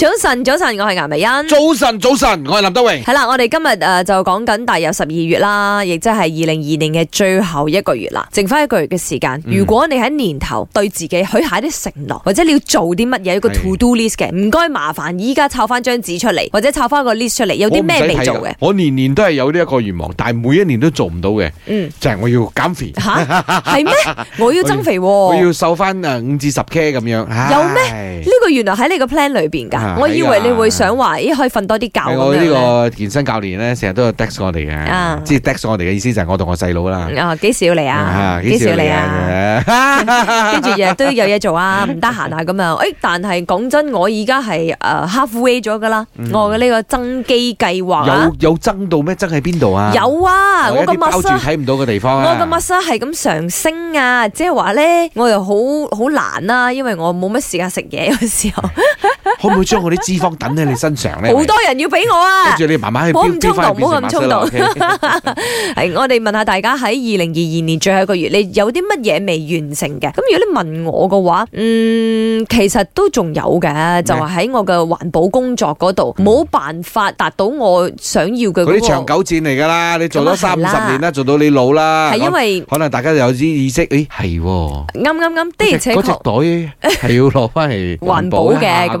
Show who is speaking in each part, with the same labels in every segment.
Speaker 1: 早晨，早晨，我係顏美欣。
Speaker 2: 早晨，早晨，我係林德榮。
Speaker 1: 係啦，我哋今日誒、呃就講緊踏入十二月啦，亦即係二零二年嘅最後一個月啦，剩翻一個月嘅時間。
Speaker 2: 嗯
Speaker 1: 如果你喺年頭對自己許下啲承諾，或者你要做啲乜嘢一個
Speaker 2: 係
Speaker 1: to do list 嘅，唔該麻煩依家抄翻張紙出嚟，或者抄翻個 list 出嚟，有啲咩
Speaker 2: 我唔使
Speaker 1: 未
Speaker 2: 睇
Speaker 1: 做
Speaker 2: 㗎
Speaker 1: 嘅？
Speaker 2: 我年年都係有呢一個願望，但係每一年都做唔到嘅，
Speaker 1: 嗯，
Speaker 2: 就係我要減肥，
Speaker 1: 吓係 咩？我要增肥
Speaker 2: 我
Speaker 1: 喎、
Speaker 2: 要瘦翻誒五至十 K 咁樣。
Speaker 1: 有
Speaker 2: 咩
Speaker 1: 呢？個原來喺你個 plan 裏邊㗎
Speaker 2: 啊，
Speaker 1: 我以
Speaker 2: 係
Speaker 1: 為
Speaker 2: 啊
Speaker 1: 你會想話，咦可以瞓多啲覺
Speaker 2: 係
Speaker 1: 咁
Speaker 2: 我呢
Speaker 1: 樣呢
Speaker 2: 個健身教練咧，成日都有 text 我哋
Speaker 1: 啊
Speaker 2: 嘅，即係 text 我哋嘅意思就係我同我細佬啦。
Speaker 1: 啊幾時要嚟啊？幾時要嚟啊？？ 跟住日日都有嘢做啊，唔得閒啊咁樣。誒，但係講真，我而家係誒呃 halfway 咗噶啦，
Speaker 2: 嗯
Speaker 1: 我嘅呢個增肌計劃啊
Speaker 2: 有有增到咩？增喺邊度啊？
Speaker 1: 有啊，我
Speaker 2: 一
Speaker 1: 個
Speaker 2: 啲包住
Speaker 1: muscle。
Speaker 2: 睇唔到嘅地方
Speaker 1: 我
Speaker 2: 啊。
Speaker 1: 嘅 muscle 係咁上升啊，即係話咧，我又好好難啦、因為我冇乜時間食嘢，有時候好
Speaker 2: 可唔可以將我啲脂肪等喺你身上咧？
Speaker 1: 多人要俾我啊
Speaker 2: 跟。住你慢慢去
Speaker 1: 我
Speaker 2: 飆
Speaker 1: 唔衝
Speaker 2: 飆翻
Speaker 1: 動唔好咁衝動
Speaker 2: 變成 muscle 啊啦，OK？
Speaker 1: 係，我哋問下大家喺二零二二年最後一個月，你有啲乜嘢未完成嘅？咁如果你問我嘅話，嗯，其實都仲有嘅，就係喺我嘅環保工作嗰度，冇辦法達到我想要嘅嗰
Speaker 2: 嗰啲長
Speaker 1: 個。
Speaker 2: 久戰嚟㗎啦，你做咗
Speaker 1: 咁啊
Speaker 2: 三
Speaker 1: 係
Speaker 2: 五
Speaker 1: 啦
Speaker 2: 十年啦，做到你老啦，
Speaker 1: 係因為
Speaker 2: 可能大家有啲意識，誒係喎，
Speaker 1: 啱啱啱的而且
Speaker 2: 嗰隻
Speaker 1: 確。
Speaker 2: 袋係要攞翻嚟
Speaker 1: 環保
Speaker 2: 一下
Speaker 1: 嘅咁誒、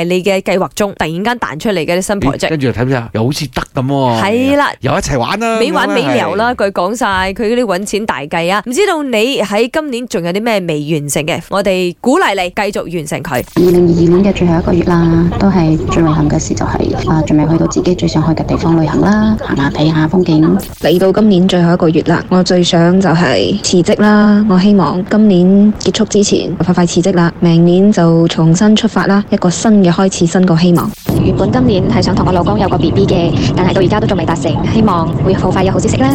Speaker 1: 你嘅計劃中，突然間彈出嚟嘅啲新
Speaker 2: 啱啱咦
Speaker 1: project，
Speaker 2: 跟住又睇下又好似得咁喎。
Speaker 1: 係啦。
Speaker 2: 又一齊玩啦，
Speaker 1: 美玩美聊啦，
Speaker 2: 咁
Speaker 1: 佢講晒佢嗰啲揾錢大計啊！唔知道你喺今年仲有啲咩未完成嘅，我哋鼓勵你繼續完成佢。
Speaker 3: 二零二二年嘅最後一個月啦，都係最遺憾嘅事就係、啊，仲未去到自己最想去嘅地方旅行啦，行下睇下風景。
Speaker 4: 嚟到今年最後一個月啦，我最想就係辭職啦。我希望今年結束之前快快辭職啦，明年就重新出發啦，一個新嘅開始，新個希望。
Speaker 5: 原本今年係想同我老公有個 B B 嘅，但係到而家都仲未達成，希望會好快有好消息啦。